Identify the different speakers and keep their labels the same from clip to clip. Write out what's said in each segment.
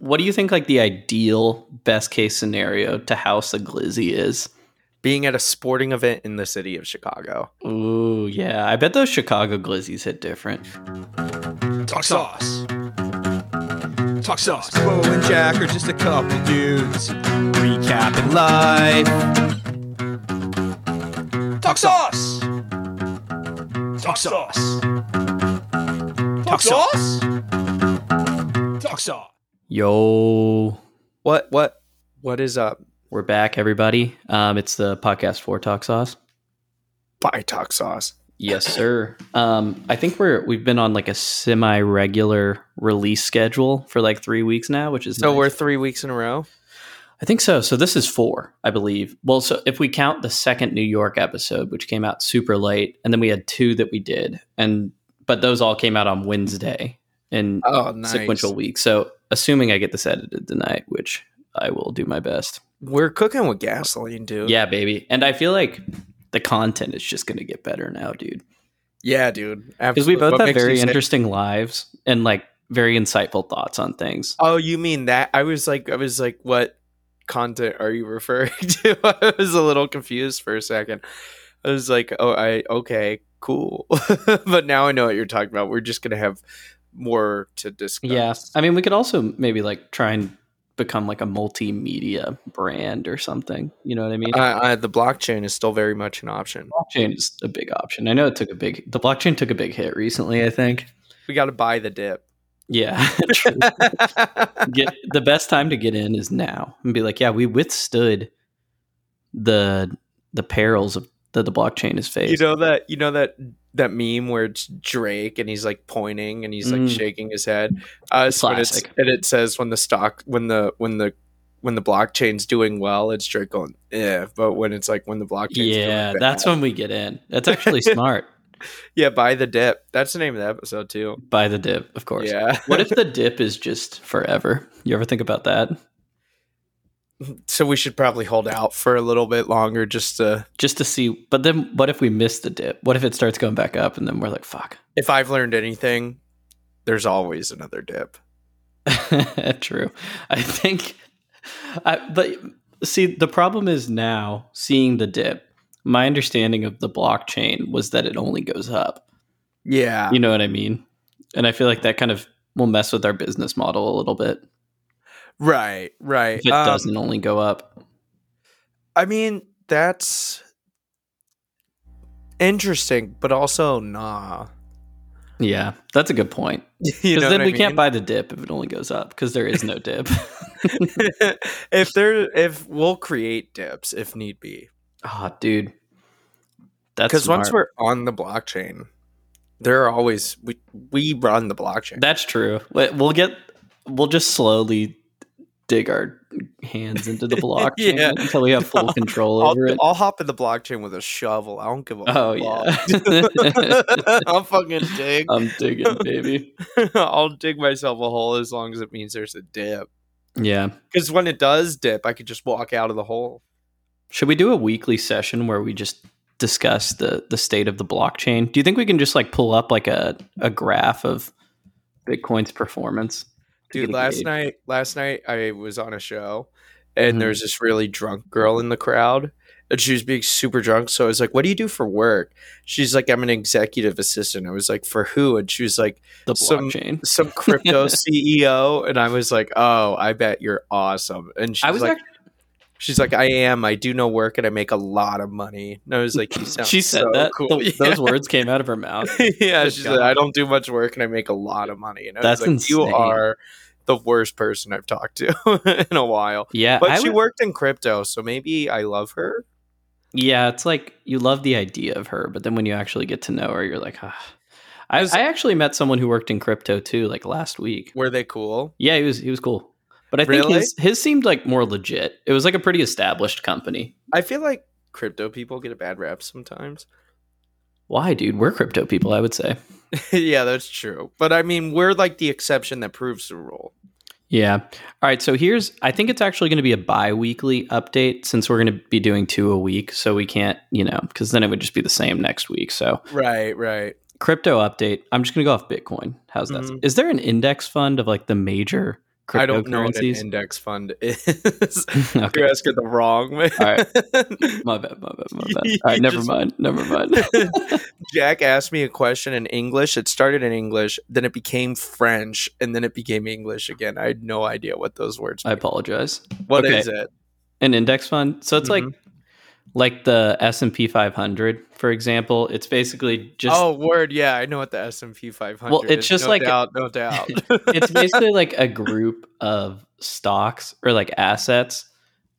Speaker 1: What do you think like the ideal best case scenario to house a glizzy is?
Speaker 2: Being at a sporting event in the city of Chicago.
Speaker 1: Ooh, yeah. I bet those Chicago glizzies hit different.
Speaker 3: Talk sauce. Talk sauce. Bo and Jack are just a couple dudes recapping life. Talk sauce. Talk sauce. Talk sauce. Talk sauce.
Speaker 1: Yo,
Speaker 2: What what what is up?
Speaker 1: we're back, everybody. Um, it's the podcast for Talk Sauce.
Speaker 2: Buy talk sauce.
Speaker 1: Yes, sir. Um, I think we're we've been on like a semi regular release schedule for like three weeks now, which is
Speaker 2: So
Speaker 1: nice.
Speaker 2: we're three weeks in a row.
Speaker 1: I think so. So this is four, I believe. Well, so if we count the second New York episode, which came out super late, and then we had two that we did, and but those all came out on Wednesday in
Speaker 2: Oh nice.
Speaker 1: sequential weeks. So assuming I get this edited tonight, which I will do my best.
Speaker 2: We're cooking with gasoline, dude.
Speaker 1: Yeah, baby. And I feel like the content is just going to get better now, dude.
Speaker 2: Yeah, dude.
Speaker 1: Because we
Speaker 2: Absolutely.
Speaker 1: both
Speaker 2: What
Speaker 1: have
Speaker 2: makes
Speaker 1: very
Speaker 2: you say-
Speaker 1: interesting lives and like very insightful thoughts on things.
Speaker 2: Oh, you mean that? I was like I was like, what content are you referring to? I was a little confused for a second. I was like, oh I okay, cool. but now I know what you're talking about. We're just gonna have more to discuss.
Speaker 1: Yeah. I mean, we could also maybe like try and become like a multimedia brand or something. You know what I mean?
Speaker 2: Uh, uh, the blockchain is still very much an option.
Speaker 1: blockchain is a big option. I know it took a big the blockchain took a big hit recently, I think.
Speaker 2: We got to buy the dip.
Speaker 1: Yeah. true. get the best time to get in is now and be like, yeah, we withstood the the perils of that the blockchain is
Speaker 2: you
Speaker 1: faced.
Speaker 2: know that you know that that meme where it's Drake and he's like pointing and he's like
Speaker 1: Mm.
Speaker 2: shaking his head. Uh, so when it's,
Speaker 1: Classic.
Speaker 2: and it says when the stock when the when the when the blockchain's doing well, it's Drake going yeah. But when it's like when the blockchain's
Speaker 1: yeah,
Speaker 2: doing
Speaker 1: that's
Speaker 2: bad,
Speaker 1: when we get in. That's actually smart.
Speaker 2: yeah. Buy the dip. That's the name of the episode too.
Speaker 1: By the dip, of course.
Speaker 2: Yeah.
Speaker 1: what if the dip is just forever? You ever think about that?
Speaker 2: So we should probably hold out for a little bit longer just to.
Speaker 1: Just to see, but then what if we miss the dip? What if it starts going back up and then we're like, fuck.
Speaker 2: If I've learned anything, there's always another dip.
Speaker 1: True. I think, I, but see, the problem is now seeing the dip. My understanding of the blockchain was that it only goes up.
Speaker 2: Yeah.
Speaker 1: You know what I mean? And I feel like that kind of will mess with our business model a little bit
Speaker 2: Right. Right.
Speaker 1: if it
Speaker 2: Um,
Speaker 1: doesn't only go up.
Speaker 2: I mean, that's interesting, but also nah.
Speaker 1: Yeah, that's a good point.
Speaker 2: You
Speaker 1: Because
Speaker 2: know
Speaker 1: then
Speaker 2: what
Speaker 1: we
Speaker 2: I
Speaker 1: can't
Speaker 2: mean?
Speaker 1: buy the dip if it only goes up because there is no dip.
Speaker 2: if there, if we'll create dips if need be,
Speaker 1: oh, dude. That's
Speaker 2: because once
Speaker 1: smart.
Speaker 2: we're on the blockchain, there are always we we run the blockchain.
Speaker 1: That's true. We- We'll get we'll just slowly dig our hands into the blockchain
Speaker 2: Yeah.
Speaker 1: until we have full control
Speaker 2: I'll,
Speaker 1: over it.
Speaker 2: I'll hop in the blockchain with a shovel. I don't give a
Speaker 1: Oh yeah. Uh,
Speaker 2: fuck. I'll fucking dig.
Speaker 1: I'm digging, baby.
Speaker 2: I'll dig myself a hole as long as it means there's a dip.
Speaker 1: Yeah.
Speaker 2: Because when it does dip, I could just walk out of the hole.
Speaker 1: Should we do a weekly session where we just discuss the the state of the blockchain? Do you think we can just like pull up like a, a graph of Bitcoin's performance? to
Speaker 2: dude
Speaker 1: get a
Speaker 2: last
Speaker 1: gauge?
Speaker 2: night last night i was on a show and
Speaker 1: Mhm.
Speaker 2: there was this really drunk girl in the crowd and she was being super drunk so i was like what do you do for work she's like i'm an executive assistant i was like for who and she was like
Speaker 1: the
Speaker 2: some-
Speaker 1: blockchain.
Speaker 2: some crypto ceo and i was like oh i bet you're awesome and she
Speaker 1: I
Speaker 2: was
Speaker 1: was
Speaker 2: like
Speaker 1: actually
Speaker 2: She's like, I am. I do no work, and I make a lot of money. And I was like, you sound
Speaker 1: she said
Speaker 2: so
Speaker 1: that
Speaker 2: Cool.
Speaker 1: Th-
Speaker 2: yeah,
Speaker 1: those words came out of her mouth.
Speaker 2: yeah.
Speaker 1: Good
Speaker 2: She's
Speaker 1: God.
Speaker 2: like, I don't do much work, and I make a lot of money. And I
Speaker 1: That's
Speaker 2: was like, you
Speaker 1: insane.
Speaker 2: are the worst person I've talked to in a while.
Speaker 1: Yeah,
Speaker 2: But
Speaker 1: I
Speaker 2: she
Speaker 1: would-
Speaker 2: worked in crypto, so maybe I love her.
Speaker 1: Yeah, it's like you love the idea of her, but then when you actually get to know her, you're like, ah. I,
Speaker 2: Was-
Speaker 1: I actually met someone who worked in crypto too, like last week.
Speaker 2: Were they cool?
Speaker 1: Yeah, he was he was cool, but I think
Speaker 2: Really?
Speaker 1: his his seemed like more legit. It was like a pretty established company.
Speaker 2: I feel like crypto people get a bad rap sometimes.
Speaker 1: Why, dude? We're crypto people, I would say.
Speaker 2: yeah, that's true. But I mean, we're like the exception that proves the rule.
Speaker 1: Yeah. All right. So here's, I think it's actually going to be a bi weekly update since we're going to be doing two a week. So we can't, you know, because then it would just be the same next week. So
Speaker 2: Right, right.
Speaker 1: crypto update. I'm just going to go off Bitcoin. How's that?
Speaker 2: Mhm.
Speaker 1: Is there an index fund of like the major
Speaker 2: I don't know what an
Speaker 1: cryptocurrencies.
Speaker 2: index fund is.
Speaker 1: okay.
Speaker 2: You're asking the wrong man.
Speaker 1: All right. My bad. My bad. My bad. All right.
Speaker 2: You
Speaker 1: Never
Speaker 2: just-
Speaker 1: mind. Never mind.
Speaker 2: Jack asked me a question in English. It started in English, then it became French, and then it became English again. I had no idea what those words
Speaker 1: I
Speaker 2: mean.
Speaker 1: apologize.
Speaker 2: What
Speaker 1: okay.
Speaker 2: is it?
Speaker 1: An index fund. So it's like
Speaker 2: Mm-hmm.
Speaker 1: like the S and P 500, for example. It's basically just
Speaker 2: oh, word. Yeah, I know what the S&P 500
Speaker 1: Well, it's
Speaker 2: is.
Speaker 1: just
Speaker 2: no
Speaker 1: like-
Speaker 2: doubt, no doubt.
Speaker 1: it's basically like a group of stocks or like assets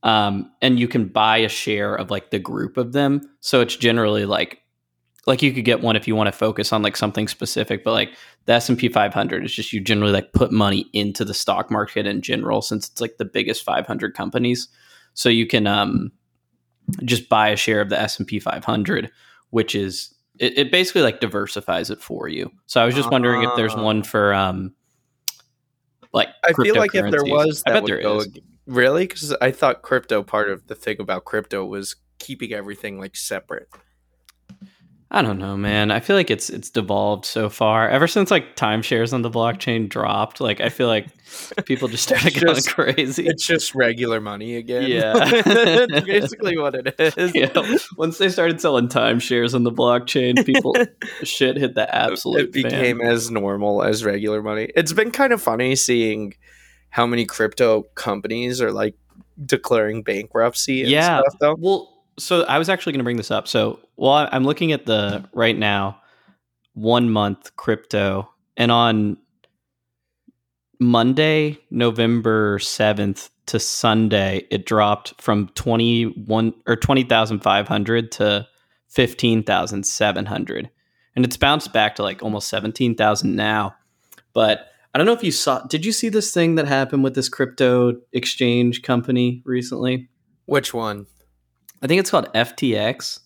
Speaker 1: um and you can buy a share of like the group of them so it's generally like like you could get one if you want to focus on like something specific but like the s&p 500 is just you generally like put money into the stock market in general since it's like the biggest 500 companies so you can um just buy a share of the s&p 500 which is it, it basically like diversifies it for you so i was just wondering if there's
Speaker 2: Ah.
Speaker 1: one for um like
Speaker 2: I feel like if there
Speaker 1: cryptocurrencies.
Speaker 2: was,
Speaker 1: I
Speaker 2: that
Speaker 1: bet
Speaker 2: would
Speaker 1: there
Speaker 2: go
Speaker 1: is.
Speaker 2: ag- Really? Because I thought crypto, part of the thing about crypto was keeping everything like separate.
Speaker 1: I don't know, man. I feel like it's it's devolved so far. Ever since like timeshares on the blockchain dropped, like I feel like people just started
Speaker 2: It's
Speaker 1: going
Speaker 2: just-
Speaker 1: crazy.
Speaker 2: It's just regular money again.
Speaker 1: Yeah.
Speaker 2: That's basically what it is.
Speaker 1: Yeah. Once they started selling timeshares on the blockchain, people shit hit the absolute
Speaker 2: it became
Speaker 1: fan.
Speaker 2: as normal as regular money. It's been kind of funny seeing how many crypto companies are like declaring bankruptcy and
Speaker 1: Yeah.
Speaker 2: stuff though.
Speaker 1: Well, so I was actually going to bring this up. So, well, I- I'm looking at the right now one month crypto, and on Monday, November 7th to Sunday, it dropped from 21 or 20,500 to 15,700. And it's bounced back to like almost 17,000 now. But I don't know if you saw, did you see this thing that happened with this crypto exchange company recently?
Speaker 2: Which one?
Speaker 1: I think it's called FTX.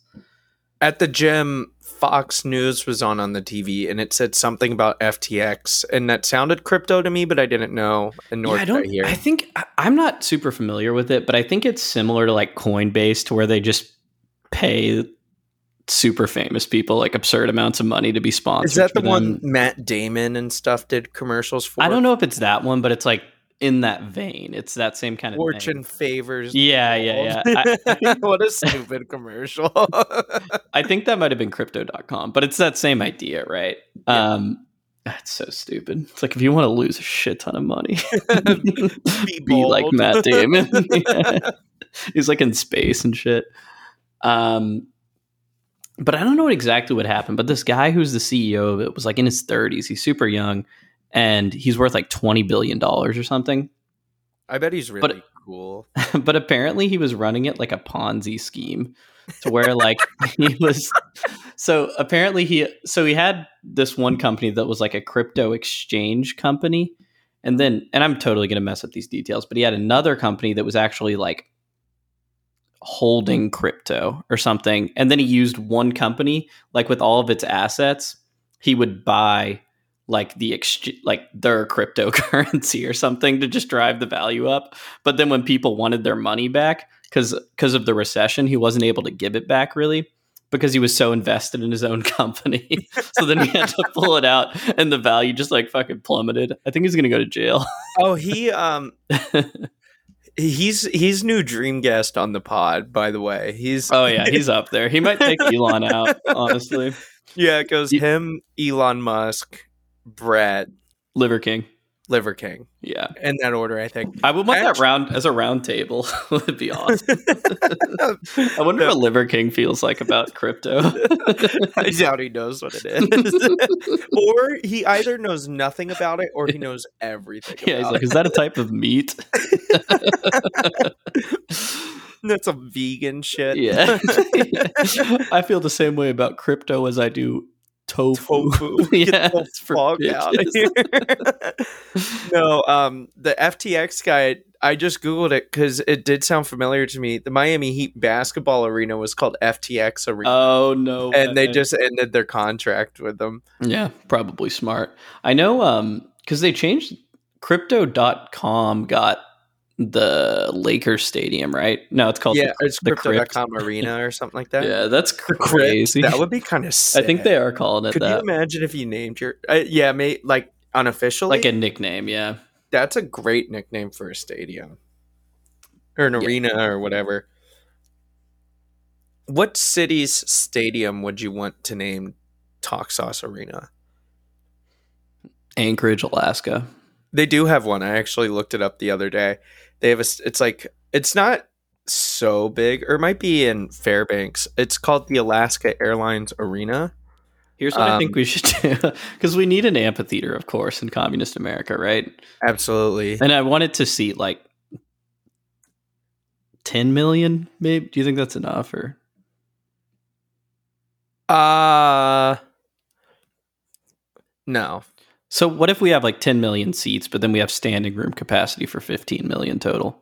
Speaker 2: At the gym, Fox News was on on the TV and it said something about FTX and that sounded crypto to me, but I didn't know and nor
Speaker 1: I
Speaker 2: did I
Speaker 1: don't.
Speaker 2: hear.
Speaker 1: I think I, I'm not super familiar with it, but I think it's similar to like Coinbase, to where they just pay super famous people like absurd amounts of money to be sponsored.
Speaker 2: Is that the
Speaker 1: for
Speaker 2: one
Speaker 1: them.
Speaker 2: Matt Damon and stuff did commercials for?
Speaker 1: I don't know if it's that one, but it's like in that vein. It's that same kind of thing.
Speaker 2: Fortune favors.
Speaker 1: Yeah, yeah, yeah.
Speaker 2: yeah. what a stupid commercial.
Speaker 1: I think that might have been crypto.com, but it's that same idea, right? Um, that's so stupid. It's like if you want to lose a shit ton of money, be, like
Speaker 2: bold.
Speaker 1: Matt Damon. Yeah. He's like in space and shit. Um, but I don't know exactly what happened. But this guy who's the CEO of it was like in his 30s. He's super young and he's worth like $20 billion or something.
Speaker 2: I bet he's really cool.
Speaker 1: but apparently he was running it like a Ponzi scheme to where like he was so apparently he so he had this one company that was like a crypto exchange company and then and I'm totally going to mess up these details but he had another company that was actually like holding crypto or something and then he used one company like with all of its assets he would buy like the exchange like their cryptocurrency or something to just drive the value up but then when people wanted their money back because of the recession he wasn't able to give it back really because he was so invested in his own company so then he had to pull it out and the value just like fucking plummeted i think he's gonna go to jail
Speaker 2: Oh, he um he's he's new dream guest on the pod, by the way. He's
Speaker 1: oh yeah he's up there he might take elon out honestly
Speaker 2: yeah, it goes
Speaker 1: You-
Speaker 2: him, Elon Musk, Brett,
Speaker 1: liver king
Speaker 2: Liver King.
Speaker 1: yeah
Speaker 2: In that order, I think.
Speaker 1: i would want that
Speaker 2: Actually-
Speaker 1: round as a round table would be awesome i wonder what liver king feels like about crypto
Speaker 2: I doubt he knows what it is. or he either knows nothing about it or he knows everything
Speaker 1: yeah he's
Speaker 2: about
Speaker 1: like is that a type of meat
Speaker 2: it. That's a vegan shit.
Speaker 1: Yeah. I feel the same way about crypto as I do tofu.
Speaker 2: Tofu.
Speaker 1: yeah,
Speaker 2: the
Speaker 1: it's for
Speaker 2: fuck out of
Speaker 1: bitches.
Speaker 2: here. no, um, the FTX guy. I just googled it because it did sound familiar to me. The Miami Heat basketball arena was called FTX Arena,
Speaker 1: Oh no.
Speaker 2: and they
Speaker 1: way.
Speaker 2: just ended their contract with them.
Speaker 1: Yeah, probably smart. I know um cuz they changed crypto.com got the Lakers stadium, right? No, it's called
Speaker 2: yeah, it's
Speaker 1: the Crypt.
Speaker 2: Crypto.com Arena or something like
Speaker 1: the-
Speaker 2: that.
Speaker 1: Yeah, that's
Speaker 2: Crypt,
Speaker 1: crazy.
Speaker 2: That would be kind of.
Speaker 1: I think they are calling it
Speaker 2: Could you
Speaker 1: that.
Speaker 2: imagine if you named your? Uh, yeah, mate. Like unofficially,
Speaker 1: Like a nickname, yeah.
Speaker 2: that's a great nickname for a stadium or an
Speaker 1: Yeah.
Speaker 2: arena or whatever. What city's stadium would you want to name Talk Sauce Arena?
Speaker 1: Anchorage, Alaska.
Speaker 2: They do have one. I actually looked it up the other day. They have a. s- It's like it's not so big, or it might be in Fairbanks. It's called the Alaska Airlines Arena.
Speaker 1: Here's what I think
Speaker 2: Um,
Speaker 1: we should do because we need an amphitheater, of course, in communist America, right?
Speaker 2: Absolutely.
Speaker 1: And I wanted to see like 10 million, maybe. Do you think that's enough? Or
Speaker 2: Uh no.
Speaker 1: so, what if we have like 10 million seats, but then we have standing room capacity for 15 million total?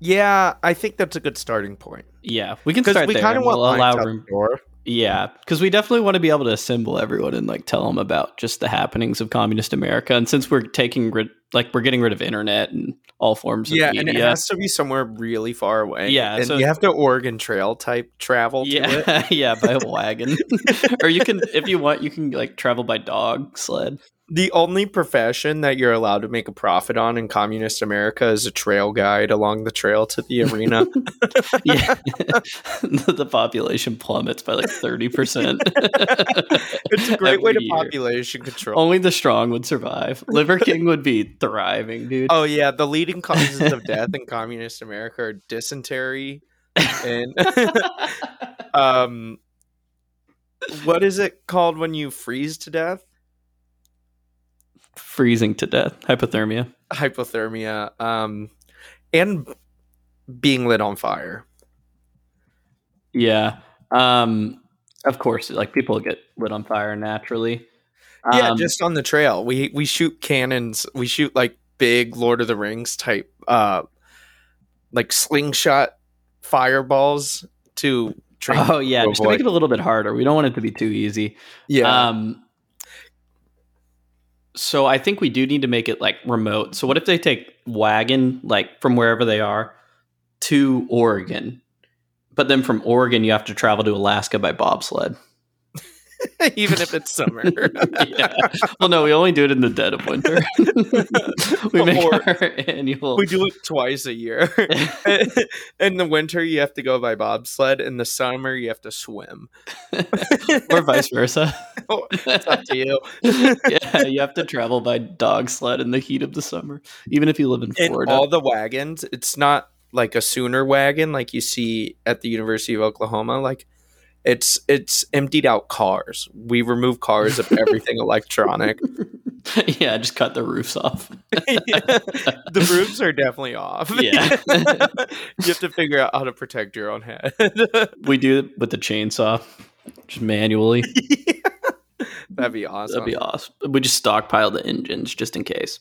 Speaker 2: Yeah, I think that's a good starting point
Speaker 1: Yeah, we can
Speaker 2: because
Speaker 1: start
Speaker 2: we
Speaker 1: there.
Speaker 2: kind of
Speaker 1: and
Speaker 2: want
Speaker 1: we'll
Speaker 2: lines
Speaker 1: allow
Speaker 2: out
Speaker 1: room.
Speaker 2: the door.
Speaker 1: Yeah, because we definitely want to be able to assemble everyone and like tell them about just the happenings of communist America. And since we're taking rid, like we're getting rid of internet and all forms of
Speaker 2: Yeah, and it
Speaker 1: media,
Speaker 2: has to be somewhere really far away.
Speaker 1: Yeah,
Speaker 2: and
Speaker 1: so-
Speaker 2: you have to Oregon Trail type travel. to it.
Speaker 1: yeah, yeah, by a wagon, or you can, if you want, you can like travel by dog sled.
Speaker 2: the only profession that you're allowed to make a profit on in communist America is a trail guide along the trail to the arena.
Speaker 1: Yeah, the, the population plummets by like thirty percent.
Speaker 2: it's a great way to
Speaker 1: Every year.
Speaker 2: population control.
Speaker 1: Only the strong would survive. Liver King would be thriving, dude.
Speaker 2: Oh yeah, the leading causes of death in communist America are dysentery and Oh. um what is it called when you freeze to death?
Speaker 1: Freezing to death, hypothermia.
Speaker 2: Hypothermia um and being lit on fire.
Speaker 1: Yeah. Um of course, like people get lit on fire naturally.
Speaker 2: Yeah,
Speaker 1: Um,
Speaker 2: just on the trail. We we shoot cannons. We shoot like big Lord of the Rings type uh like slingshot fireballs to train.
Speaker 1: Oh yeah,
Speaker 2: to
Speaker 1: just to make
Speaker 2: avoid.
Speaker 1: it a little bit harder. We don't want it to be too easy.
Speaker 2: yeah.
Speaker 1: Um so I think we do need to make it like remote. So what if they take wagon like from wherever they are to Oregon? But then from Oregon you have to travel to Alaska by bobsled.
Speaker 2: even if it's summer.
Speaker 1: yeah. Well no, we only do it in the dead of winter. we make
Speaker 2: Or-
Speaker 1: our annual
Speaker 2: we do it twice a year. in the winter you have to go by bobsled. In the summer you have to swim.
Speaker 1: or vice versa.
Speaker 2: Oh, It's up to you.
Speaker 1: yeah, you have to travel by dog sled in the heat of the summer, even if you live in
Speaker 2: In
Speaker 1: Florida.
Speaker 2: all the wagons, it's not like a sooner wagon like you see at the University of Oklahoma. Like it's it's emptied out cars. We remove cars of everything electronic.
Speaker 1: yeah, just cut the roofs off.
Speaker 2: the roofs are definitely off.
Speaker 1: Yeah.
Speaker 2: you have to figure out how to protect your own head.
Speaker 1: we do it with the chainsaw, just manually.
Speaker 2: That'd be awesome.
Speaker 1: That'd be awesome. We just stockpile the engines just in case.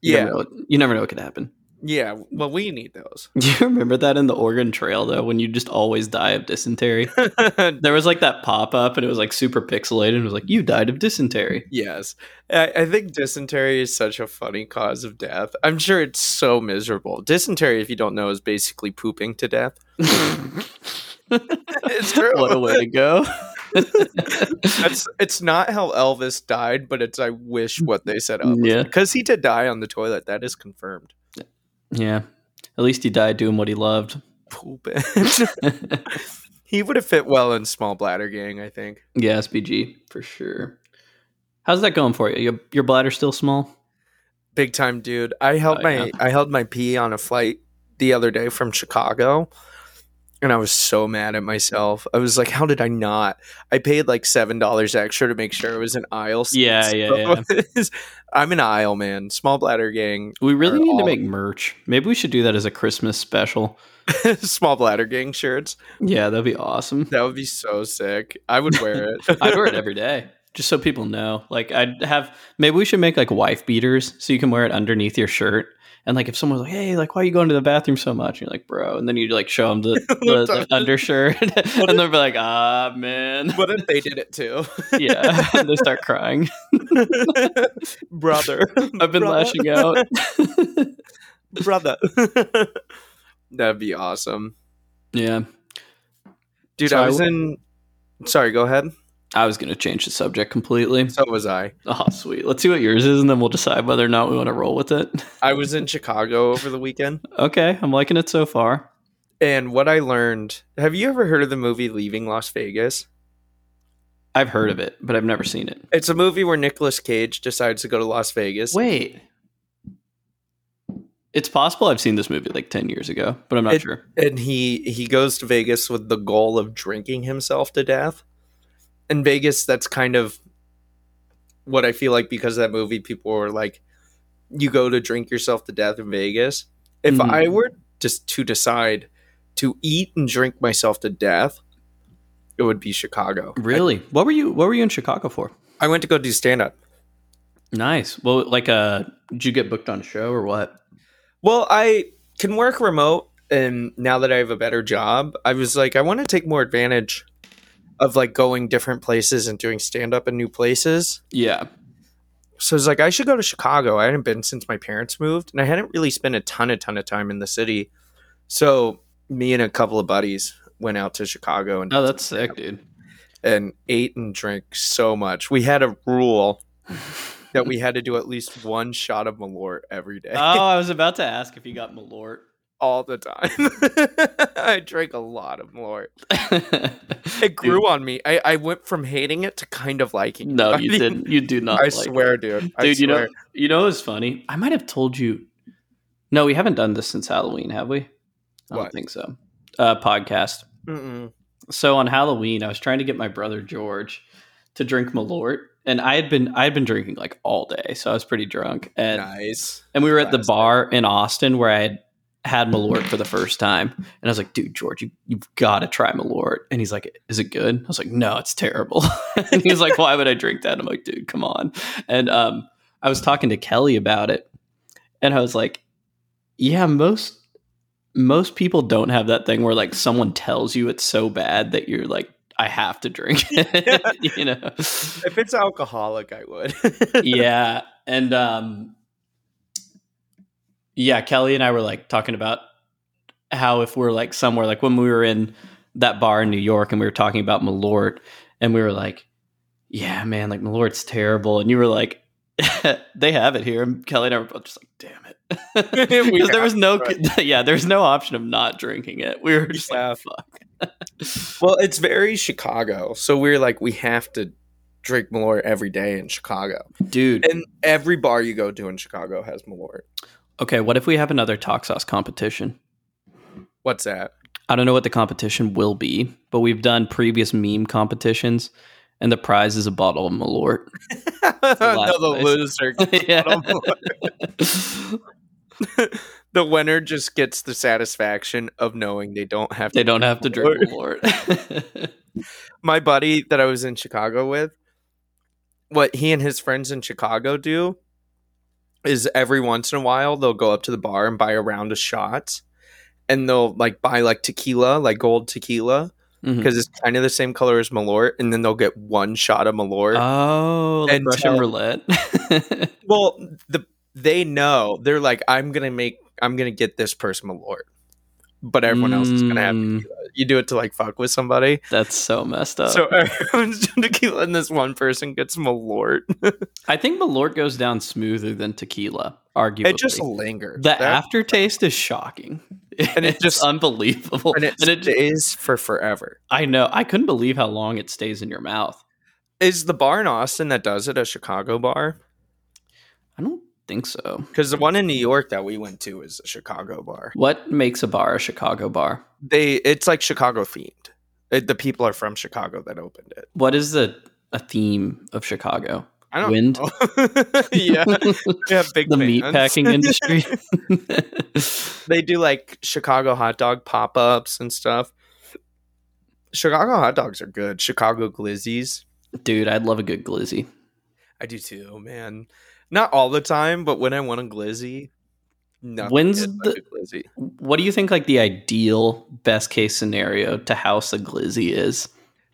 Speaker 1: You
Speaker 2: yeah.
Speaker 1: never know what, you never know what could happen.
Speaker 2: Yeah. Well, we need those.
Speaker 1: Do you remember that in the Oregon Trail though, when you just always die of dysentery? There was like that pop up, and it was like super pixelated, and it was like, "You died of dysentery."
Speaker 2: yes. I, I think dysentery is such a funny cause of death. I'm sure it's so miserable. Dysentery, if you don't know, is basically pooping to death. It's true.
Speaker 1: what a way to go!
Speaker 2: That's, it's not how Elvis died, but it's I wish what they said Elvis.
Speaker 1: Yeah.
Speaker 2: Because he did die on the toilet. That is confirmed.
Speaker 1: Yeah. At least he died doing what he loved.
Speaker 2: Pooping. he would have fit well in Small Bladder Gang, I think.
Speaker 1: Yeah, SBG for sure. How's that going for you? Your, your bladder still small?
Speaker 2: Big time dude. I held
Speaker 1: Oh,
Speaker 2: my
Speaker 1: yeah.
Speaker 2: I held my pee on a flight the other day from Chicago. And I was so mad at myself. I was like, how did I not? I paid like seven dollars extra to make sure it was an aisle. seat.
Speaker 1: Yeah, yeah,
Speaker 2: yeah. I'm an aisle man. Small bladder gang.
Speaker 1: We really
Speaker 2: Or
Speaker 1: need to
Speaker 2: all.
Speaker 1: make merch. Maybe we should do that as a Christmas special.
Speaker 2: Small bladder gang shirts.
Speaker 1: Yeah, that'd be awesome.
Speaker 2: That would be so sick. I would wear it.
Speaker 1: I'd wear it every day. Just so people know. Like I'd have maybe we should make like wife beaters so you can wear it underneath your shirt. And like if someone's like, "Hey, like why are you going to the bathroom so much?" you're like, "Bro," and then you like show them the, the, the undershirt, and they'll be like, "Ah, man,
Speaker 2: What if they did it too?
Speaker 1: yeah," and they start crying.
Speaker 2: brother.
Speaker 1: I've been
Speaker 2: brother,
Speaker 1: lashing out.
Speaker 2: Brother. That'd be awesome.
Speaker 1: Yeah.
Speaker 2: Dude,
Speaker 1: So
Speaker 2: I
Speaker 1: I
Speaker 2: was in. Sorry, go ahead.
Speaker 1: I was going to change the subject completely.
Speaker 2: So was I.
Speaker 1: Oh, sweet. Let's see what yours is, and then we'll decide whether or not we want to roll with it.
Speaker 2: I was in Chicago over the weekend,
Speaker 1: Okay, I'm liking it so far.
Speaker 2: and what I learned. Have you ever heard of the movie Leaving Las Vegas?
Speaker 1: I've heard of it, but I've never seen it.
Speaker 2: It's a movie where Nicolas Cage decides to go to Las Vegas.
Speaker 1: Wait. It's possible I've seen this movie like 10 years ago, but I'm not
Speaker 2: It-
Speaker 1: sure.
Speaker 2: and he he goes to Vegas with the goal of drinking himself to death. In Vegas, that's kind of what I feel like because of that movie, people were like, "You go to drink yourself to death in Vegas." If
Speaker 1: Mhm.
Speaker 2: I were just to decide to eat and drink myself to death, it would be Chicago.
Speaker 1: Really? What were you what were you in Chicago for?
Speaker 2: I went to go do stand up.
Speaker 1: Nice. Well, like uh did you get booked on a show or what?
Speaker 2: Well, I can work remote, and now that I have a better job, I was like, I want to take more advantage of like going different places and doing stand up in new places.
Speaker 1: Yeah.
Speaker 2: So I was like, I should go to Chicago. I hadn't been since my parents moved, and I hadn't really spent a ton, a ton of time in the city. So me and a couple of buddies went out to Chicago and,
Speaker 1: Oh, that's sick, dude.
Speaker 2: and ate and drank so much. We had a rule that we had to do at least one shot of Malort every day.
Speaker 1: Oh, I was about to ask if you got Malort.
Speaker 2: all the time. I drank a lot of Malort. It grew on me. I, I went from hating it to kind of liking it.
Speaker 1: No,
Speaker 2: I
Speaker 1: you
Speaker 2: mean,
Speaker 1: didn't. You do not
Speaker 2: I
Speaker 1: like it.
Speaker 2: swear, dude. I
Speaker 1: dude you know
Speaker 2: swear.
Speaker 1: you know what's funny i might have told you no we haven't done this since halloween have we i don't
Speaker 2: What?
Speaker 1: think so uh podcast
Speaker 2: Mm-mm.
Speaker 1: so on halloween i was trying to get my brother george to drink malort and i had been i had been drinking like all day so i was pretty drunk and
Speaker 2: Nice.
Speaker 1: and we were at the
Speaker 2: Classic.
Speaker 1: bar in austin where i had had malort for the first time and i was like dude george you, you've got to try malort and he's like is it good i was like no it's terrible and he was like why would i drink that i'm like dude come on and um i was talking to kelly about it and i was like yeah most most people don't have that thing where like someone tells you it's so bad that you're like i have to drink it you know
Speaker 2: If it's alcoholic, I would.
Speaker 1: yeah and um yeah kelly and i were like talking about how if we're like somewhere like when we were in that bar in new york and we were talking about malort and we were like yeah man like malort's terrible and you were like they have it here and kelly and i were both just like damn it
Speaker 2: We
Speaker 1: because there was
Speaker 2: have
Speaker 1: no
Speaker 2: it,
Speaker 1: yeah there's no option of not drinking it we were just
Speaker 2: Yeah.
Speaker 1: like fuck
Speaker 2: well, it's very Chicago. So we're like, we have to drink Malort every day in Chicago.
Speaker 1: dude
Speaker 2: And every bar you go to in Chicago has Malort.
Speaker 1: okay what if we have another talk sauce competition
Speaker 2: What's that?
Speaker 1: I don't know what the competition will be, but we've done previous meme competitions, and the prize is a bottle of Malort. last
Speaker 2: no, the
Speaker 1: place.
Speaker 2: loser.
Speaker 1: yeah.
Speaker 2: the winner just gets the satisfaction of knowing they don't have to
Speaker 1: They don't have to drink Malort.
Speaker 2: my buddy that I was in Chicago with, what he and his friends in Chicago do is every once in a while they'll go up to the bar and buy a round of shots and they'll like buy like tequila, like gold tequila,
Speaker 1: Mhm.
Speaker 2: because it's kind of the same color as Malort, and then they'll get one shot of Malort.
Speaker 1: Oh, like
Speaker 2: And uh,
Speaker 1: Russian
Speaker 2: tell-
Speaker 1: roulette.
Speaker 2: well, the they know they're like, I'm gonna make I'm gonna get this person Malort. But everyone else is gonna have
Speaker 1: Mm.
Speaker 2: tequila. You do it to like fuck with somebody.
Speaker 1: That's so messed up.
Speaker 2: So everyone's doing tequila and this one person gets Malort.
Speaker 1: I think Malort goes down smoother than tequila, arguably.
Speaker 2: It just lingers.
Speaker 1: the
Speaker 2: That-
Speaker 1: aftertaste is shocking.
Speaker 2: And it
Speaker 1: It's
Speaker 2: just-
Speaker 1: unbelievable.
Speaker 2: and it
Speaker 1: and it,
Speaker 2: stays for forever.
Speaker 1: I know. I couldn't believe how long it stays in your mouth.
Speaker 2: Is the bar in Austin that does it a Chicago bar?
Speaker 1: I don't think so.
Speaker 2: Because the one in New York that we went to is a Chicago bar.
Speaker 1: What makes a bar a Chicago bar?
Speaker 2: They it's like Chicago themed. It, the people are from Chicago that opened it.
Speaker 1: What is the a theme of Chicago?
Speaker 2: I don't
Speaker 1: Wind?
Speaker 2: know. yeah, they have big
Speaker 1: the meat
Speaker 2: fans.
Speaker 1: packing industry.
Speaker 2: they do like Chicago hot dog pop ups and stuff. Chicago hot dogs are good. Chicago glizzies.
Speaker 1: Dude, I'd love a good glizzy.
Speaker 2: I do too, man. Not all the time, but when I want a glizzy, no.
Speaker 1: When's the-
Speaker 2: glizzy?
Speaker 1: What do you think like the ideal best case scenario to house a glizzy is?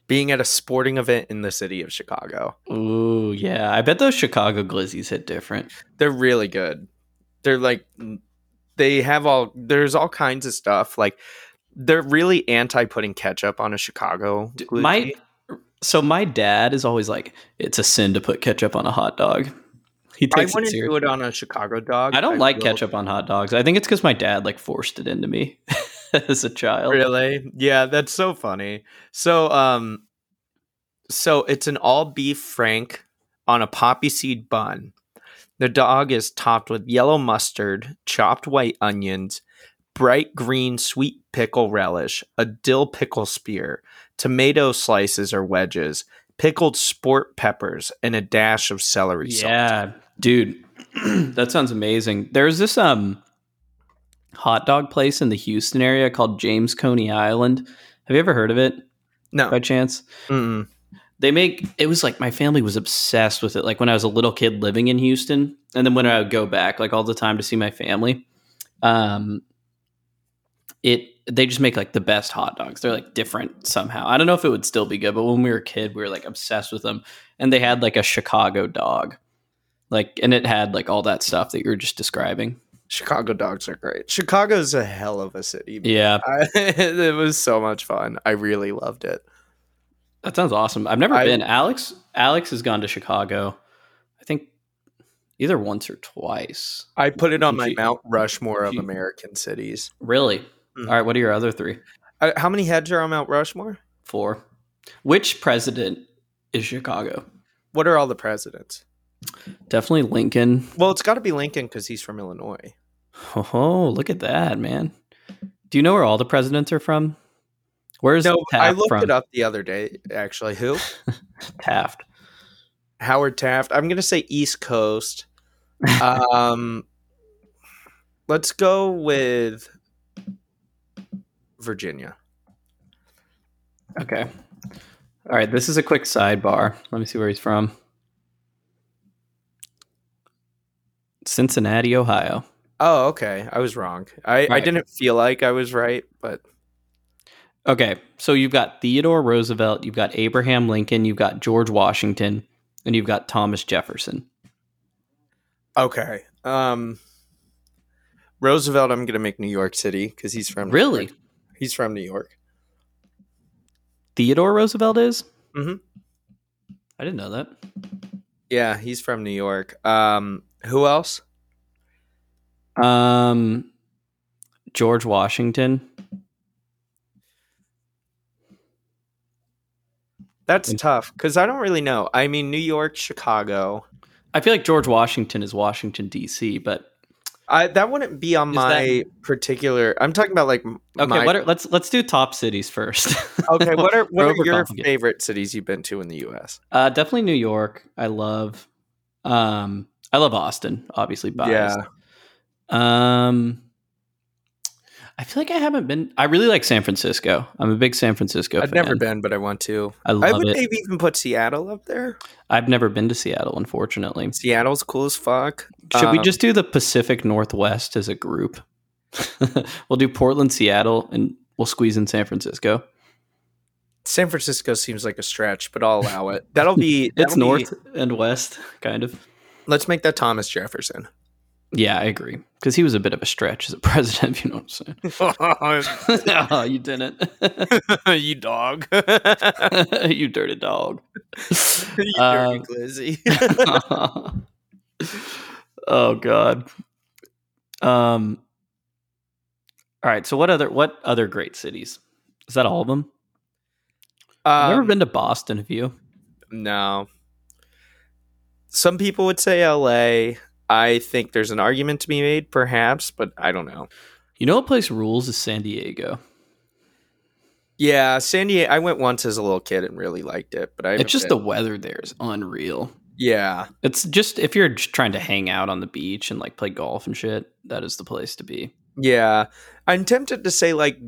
Speaker 2: being at a sporting event in the city of Chicago.
Speaker 1: Ooh, yeah. I bet those Chicago glizzies hit different.
Speaker 2: They're really good. They're like they have all there's all kinds of stuff. Like they're really anti putting ketchup on a Chicago.
Speaker 1: D-
Speaker 2: glizzy.
Speaker 1: My So my dad is always like, it's a sin to put ketchup on a hot dog. He
Speaker 2: I
Speaker 1: takes it
Speaker 2: wouldn't do
Speaker 1: seriously.
Speaker 2: it on a Chicago dog.
Speaker 1: I don't like
Speaker 2: will-
Speaker 1: ketchup on hot dogs. I think it's because my dad like forced it into me as a child.
Speaker 2: Really? Yeah, that's so funny. So, um, so it's an all beef frank on a poppy seed bun. The dog is topped with yellow mustard, chopped white onions, bright green sweet pickle relish, a dill pickle spear, tomato slices or wedges, pickled sport peppers, and a dash of celery salt.
Speaker 1: Yeah, dude, that sounds amazing. There's this um hot dog place in the Houston area called James Coney Island. Have you ever heard of it by
Speaker 2: No.
Speaker 1: chance?
Speaker 2: Mm-mm.
Speaker 1: They make it was like my family was obsessed with it. Like when I was a little kid living in Houston, and then when I would go back, like all the time to see my family, um, it they just make like the best hot dogs. They're like different somehow. I don't know if it would still be good, but when we were a kid, we were like obsessed with them. And they had like a Chicago dog, like, and it had like all that stuff that you were just describing.
Speaker 2: Chicago dogs are great. Chicago's a hell of a city.
Speaker 1: Yeah,
Speaker 2: I, it was so much fun. I really loved it.
Speaker 1: that sounds awesome. I've never
Speaker 2: I-
Speaker 1: been. Alex, Alex has gone to Chicago. I think either once or twice.
Speaker 2: I put it on
Speaker 1: Did
Speaker 2: my
Speaker 1: you-
Speaker 2: Mount Rushmore of
Speaker 1: did you-
Speaker 2: American cities.
Speaker 1: Really?
Speaker 2: Mhm.
Speaker 1: All right. What are your other three?
Speaker 2: Uh, how many heads are on Mount Rushmore?
Speaker 1: Four. Which president is Chicago?
Speaker 2: What are all the presidents?
Speaker 1: Definitely Lincoln.
Speaker 2: Well, it's got to be Lincoln because he's from Illinois.
Speaker 1: Oh, look at that, man. Do you know where all the presidents are from? Where's
Speaker 2: No,
Speaker 1: Taft
Speaker 2: I looked
Speaker 1: from?
Speaker 2: it up the other day. Actually, who?
Speaker 1: Taft.
Speaker 2: Howard Taft. I'm gonna say East Coast. Um, let's go with Virginia.
Speaker 1: Okay. All right. This is a quick sidebar. Let me see where he's from. Cincinnati, Ohio.
Speaker 2: Oh, okay. I was wrong. I, I
Speaker 1: Right.
Speaker 2: didn't feel like I was right, but
Speaker 1: Okay, so you've got Theodore Roosevelt, you've got Abraham Lincoln, you've got George Washington, and you've got Thomas Jefferson.
Speaker 2: Okay. Um Roosevelt, I'm gonna make New York City because he's from New
Speaker 1: Really?
Speaker 2: York. He's from New York.
Speaker 1: Theodore Roosevelt is?
Speaker 2: Mhm.
Speaker 1: I didn't know that.
Speaker 2: Yeah, he's from New York. Um, who else?
Speaker 1: Um, George Washington.
Speaker 2: That's
Speaker 1: And-
Speaker 2: tough because I don't really know. I mean, New York, Chicago.
Speaker 1: I feel like George Washington is Washington D.C., but
Speaker 2: I that wouldn't be on
Speaker 1: Is
Speaker 2: my
Speaker 1: that-
Speaker 2: particular. I'm talking about like m-
Speaker 1: okay.
Speaker 2: my-
Speaker 1: What are, let's let's do top cities first.
Speaker 2: okay. What are what
Speaker 1: We're
Speaker 2: are your
Speaker 1: overcomplicating.
Speaker 2: favorite cities you've been to in the U.S.?
Speaker 1: Uh, definitely New York. I love. Um, I love Austin. Obviously, biased. Um, I feel like I haven't been. I really like San Francisco. I'm a big San Francisco.
Speaker 2: I've
Speaker 1: fan.
Speaker 2: never been, but I want to.
Speaker 1: I love
Speaker 2: I would
Speaker 1: it.
Speaker 2: maybe even put Seattle up there.
Speaker 1: I've never been to Seattle, unfortunately.
Speaker 2: Seattle's cool as fuck.
Speaker 1: Should we
Speaker 2: Um,
Speaker 1: just do the Pacific Northwest as a group? we'll do Portland, Seattle, and we'll squeeze in San Francisco.
Speaker 2: San Francisco seems like a stretch, but I'll allow it. That'll be
Speaker 1: It's
Speaker 2: that'll be-
Speaker 1: north and west, kind of.
Speaker 2: let's make that Thomas Jefferson.
Speaker 1: Yeah, I agree. Because he was a bit of a stretch as a president, if you know what I'm saying. no, you didn't.
Speaker 2: you dog. you
Speaker 1: you dirty dog.
Speaker 2: dirty
Speaker 1: Um,
Speaker 2: glizzy.
Speaker 1: oh god. Um. All right. So what other what other great cities? Is that all of them? I've never
Speaker 2: Um,
Speaker 1: been to Boston. Have you?
Speaker 2: no. Some people would say LA. I think there's an argument to be made, perhaps, but I don't know.
Speaker 1: You know what place rules is San Diego.
Speaker 2: Yeah, San Diego. I went once as a little kid and really liked it, but I haven't
Speaker 1: It's just the
Speaker 2: been-
Speaker 1: weather there is unreal.
Speaker 2: yeah.
Speaker 1: It's just if you're just trying to hang out on the beach and like play golf and shit, that is the place to be.
Speaker 2: Yeah. I'm tempted to say like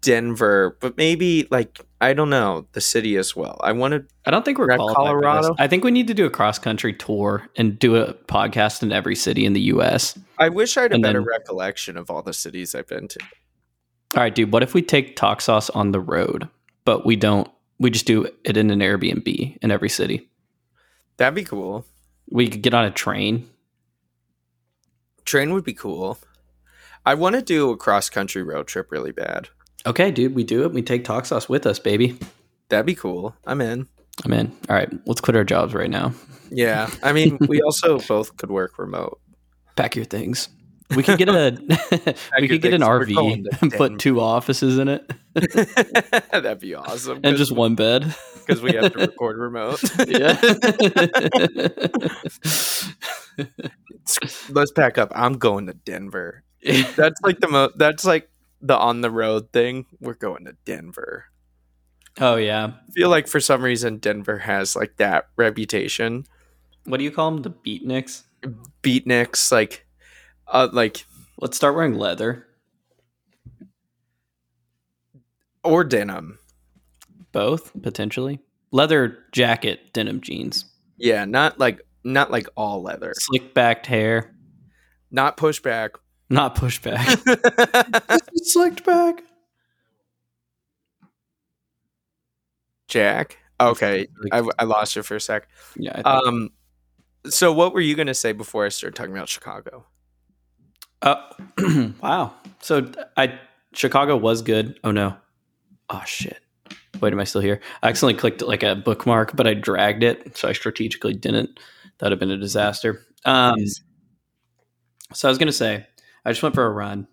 Speaker 2: Denver, but maybe like I don't know, the city as well. I want to
Speaker 1: I don't think we're
Speaker 2: Red
Speaker 1: qualified for this.
Speaker 2: Colorado?
Speaker 1: I think we need to do a cross country tour and do a podcast in every city in the U.S.
Speaker 2: I wish I had a
Speaker 1: And
Speaker 2: better
Speaker 1: then-
Speaker 2: recollection of all the cities I've been to.
Speaker 1: All right, dude. What if we take talk sauce on the road, but we don't? We just do it in an Airbnb in every city.
Speaker 2: That'd be cool.
Speaker 1: We could get on a train.
Speaker 2: Train would be cool. I want to do a cross country road trip really bad.
Speaker 1: Okay, dude. We do it. We take talk sauce with us, baby.
Speaker 2: That'd be cool. I'm in.
Speaker 1: I'm in. All right, let's quit our jobs right now.
Speaker 2: Yeah. I mean, we also both could work remote.
Speaker 1: Pack your things. We could get a we
Speaker 2: your
Speaker 1: could get an
Speaker 2: things. We're going
Speaker 1: RV
Speaker 2: to
Speaker 1: and put
Speaker 2: Denver.
Speaker 1: two offices in it
Speaker 2: That'd be awesome.
Speaker 1: and just one bed.
Speaker 2: because we have to record remote.
Speaker 1: Yeah.
Speaker 2: Let's pack up. I'm going to Denver. That's like the most. That's like the on the road thing. We're going to Denver.
Speaker 1: oh yeah.
Speaker 2: I feel like for some reason Denver has like that reputation.
Speaker 1: What do you call them? The beatniks.
Speaker 2: Beatniks, like, uh, like
Speaker 1: Let's start wearing leather.
Speaker 2: or denim.
Speaker 1: Both potentially. Leather jacket, denim jeans,
Speaker 2: Yeah, not like not like all leather.
Speaker 1: slick backed hair,
Speaker 2: Not pushback.
Speaker 1: not pushback.
Speaker 2: Slicked back. Jack. Okay, I, I lost you for a sec.
Speaker 1: yeah. I think-
Speaker 2: Um, so what were you gonna say before I started talking about Chicago?
Speaker 1: Uh, wow. So I Chicago was good. Oh no. Oh shit. Wait, am I still here? I accidentally clicked like a bookmark, but I dragged it, so I strategically didn't. That'd have been a disaster. Um, so I was gonna say, I just went for a run,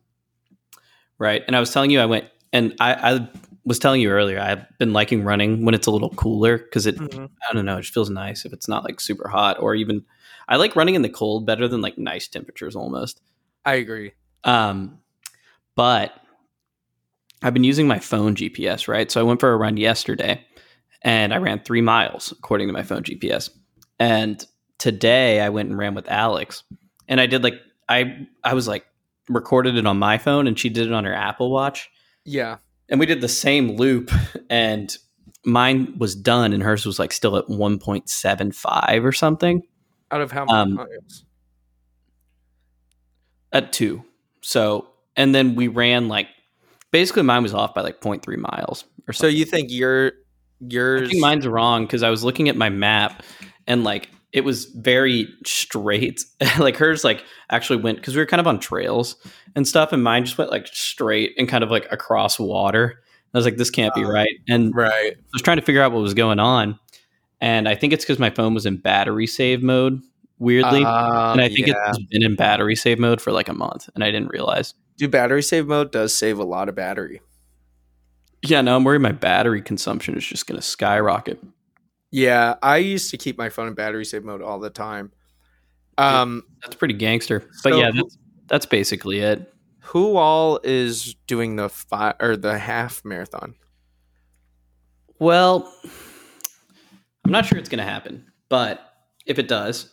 Speaker 1: right? And I was telling you, I went, and I, I was telling you earlier, I've been liking running when it's a little cooler because it, I don't know, it just feels nice if it's not like super hot or even. I like running in the cold better than like nice temperatures almost.
Speaker 2: I agree.
Speaker 1: Um, but I've been using my phone GPS, right? So I went for a run yesterday and I ran three miles according to my phone GPS. And today I went and ran with Alex and I did like, I, I was like, recorded it on my phone and she did it on her Apple Watch.
Speaker 2: Yeah.
Speaker 1: And we did the same loop and mine was done and hers was like still at 1.75 or something
Speaker 2: Out of how many
Speaker 1: Um,
Speaker 2: miles?
Speaker 1: at two. So, and then we ran like, basically mine was off by like 0.3 miles or
Speaker 2: So
Speaker 1: something.
Speaker 2: you think your
Speaker 1: I
Speaker 2: yours
Speaker 1: think mine's wrong because I was looking at my map and like it was very straight. like hers, like actually went because we were kind of on trails and stuff, and mine just went like straight and kind of like across water. I was like, this can't be
Speaker 2: Uh,
Speaker 1: right. And
Speaker 2: right?
Speaker 1: I was trying to figure out what was going on. And I think it's because my phone was in battery save mode, weirdly. and I think
Speaker 2: Uh, Ah, yeah.
Speaker 1: it's been in battery save mode for like a month, and I didn't realize.
Speaker 2: do battery save mode does save a lot of battery.
Speaker 1: Yeah, now I'm worried my battery consumption is just going to skyrocket.
Speaker 2: Yeah, I used to keep my phone in battery save mode all the time. Um,
Speaker 1: That's pretty gangster. But
Speaker 2: So-
Speaker 1: yeah, that's, that's basically it.
Speaker 2: who all is doing the fi- or the half marathon?
Speaker 1: Well, I'm not sure it's going to happen, but if it does,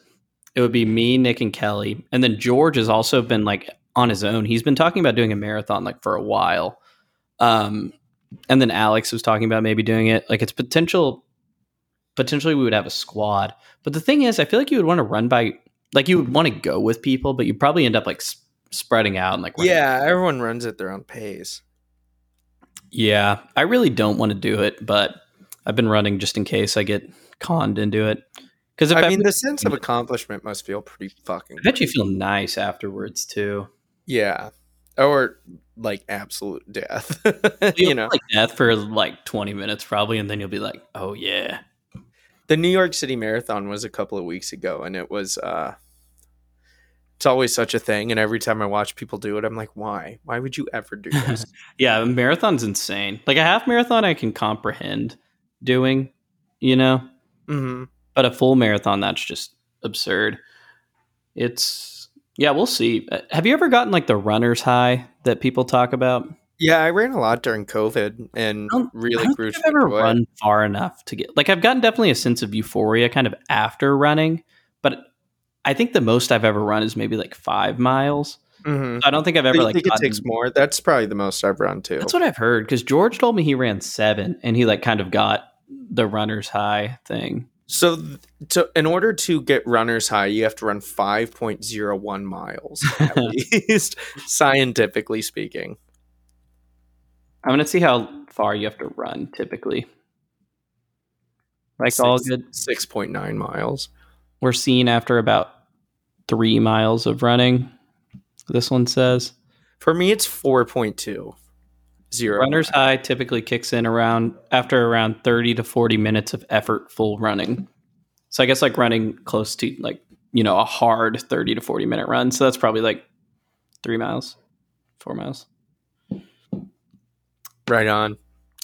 Speaker 1: it would be me, Nick, and Kelly. And then George has also been like on his own. He's been talking about doing a marathon like for a while. Um, and then Alex was talking about maybe doing it. Like it's potential, potentially we would have a squad. But the thing is, I feel like you would want to run by, like you would want to go with people, but you probably end up like sp- spreading out and like, running
Speaker 2: Yeah, everyone runs at their own pace.
Speaker 1: yeah, I really don't want to do it, but I've been running just in case I get conned into it. Because if I,
Speaker 2: I mean, the sense of accomplishment must feel pretty fucking.
Speaker 1: I bet you feel nice afterwards too.
Speaker 2: Yeah, or like absolute death.
Speaker 1: You'll
Speaker 2: you know,
Speaker 1: feel like death for like twenty minutes probably, and then you'll be like, "Oh yeah,
Speaker 2: the New York City Marathon was a couple of weeks ago, and it was. uh It's always such a thing, and every time I watch people do it, I'm like, why? Why would you ever do this?
Speaker 1: yeah." A marathon's insane. Like a half marathon, I can comprehend doing, you know,
Speaker 2: hmm
Speaker 1: but a full marathon, that's just absurd. It's yeah, we'll see. Uh, Have you ever gotten like the runner's high that people talk about?
Speaker 2: Yeah, I ran a lot during COVID, and
Speaker 1: I don't-
Speaker 2: really
Speaker 1: I don't
Speaker 2: grew.
Speaker 1: think
Speaker 2: to
Speaker 1: I've ever
Speaker 2: enjoy it.
Speaker 1: run far enough to get like I've gotten definitely a sense of euphoria kind of after running, but I think the most I've ever run is maybe like five miles.
Speaker 2: Mhm.
Speaker 1: I don't think I've
Speaker 2: Do
Speaker 1: ever
Speaker 2: you
Speaker 1: like
Speaker 2: think it
Speaker 1: gotten-
Speaker 2: takes more? That's probably the most I've run too.
Speaker 1: that's what I've heard because George told me he ran seven and he like kind of got the runner's high thing.
Speaker 2: so, th- to, in order to get runner's high, you have to run five point zero one miles at least, scientifically speaking.
Speaker 1: I'm gonna see how far you have to run typically. Like
Speaker 2: Six.
Speaker 1: all good,
Speaker 2: Six point nine miles.
Speaker 1: we're seeing after about three miles of running. This one says.
Speaker 2: For me, it's four point two. Zero.
Speaker 1: Runner's high typically kicks in around after around 30 to 40 minutes of effortful running. So I guess like running close to like, you know, a hard 30 to 40 minute run. So that's probably like three miles, four miles.
Speaker 2: Right on.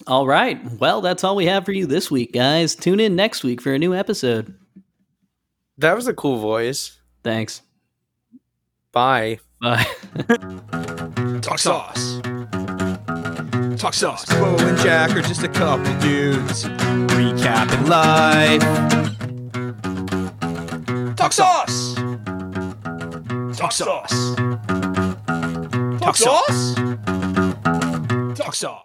Speaker 1: All right. Well, that's all we have for you this week, guys. Tune in next week for a new episode.
Speaker 2: That was a cool voice.
Speaker 1: Thanks.
Speaker 2: Bye.
Speaker 1: Bye.
Speaker 3: Talk sauce. Talk sauce. Bo and Jack are just a couple dudes recapping life. Talk sauce. Talk sauce. Talk sauce. Talk sauce.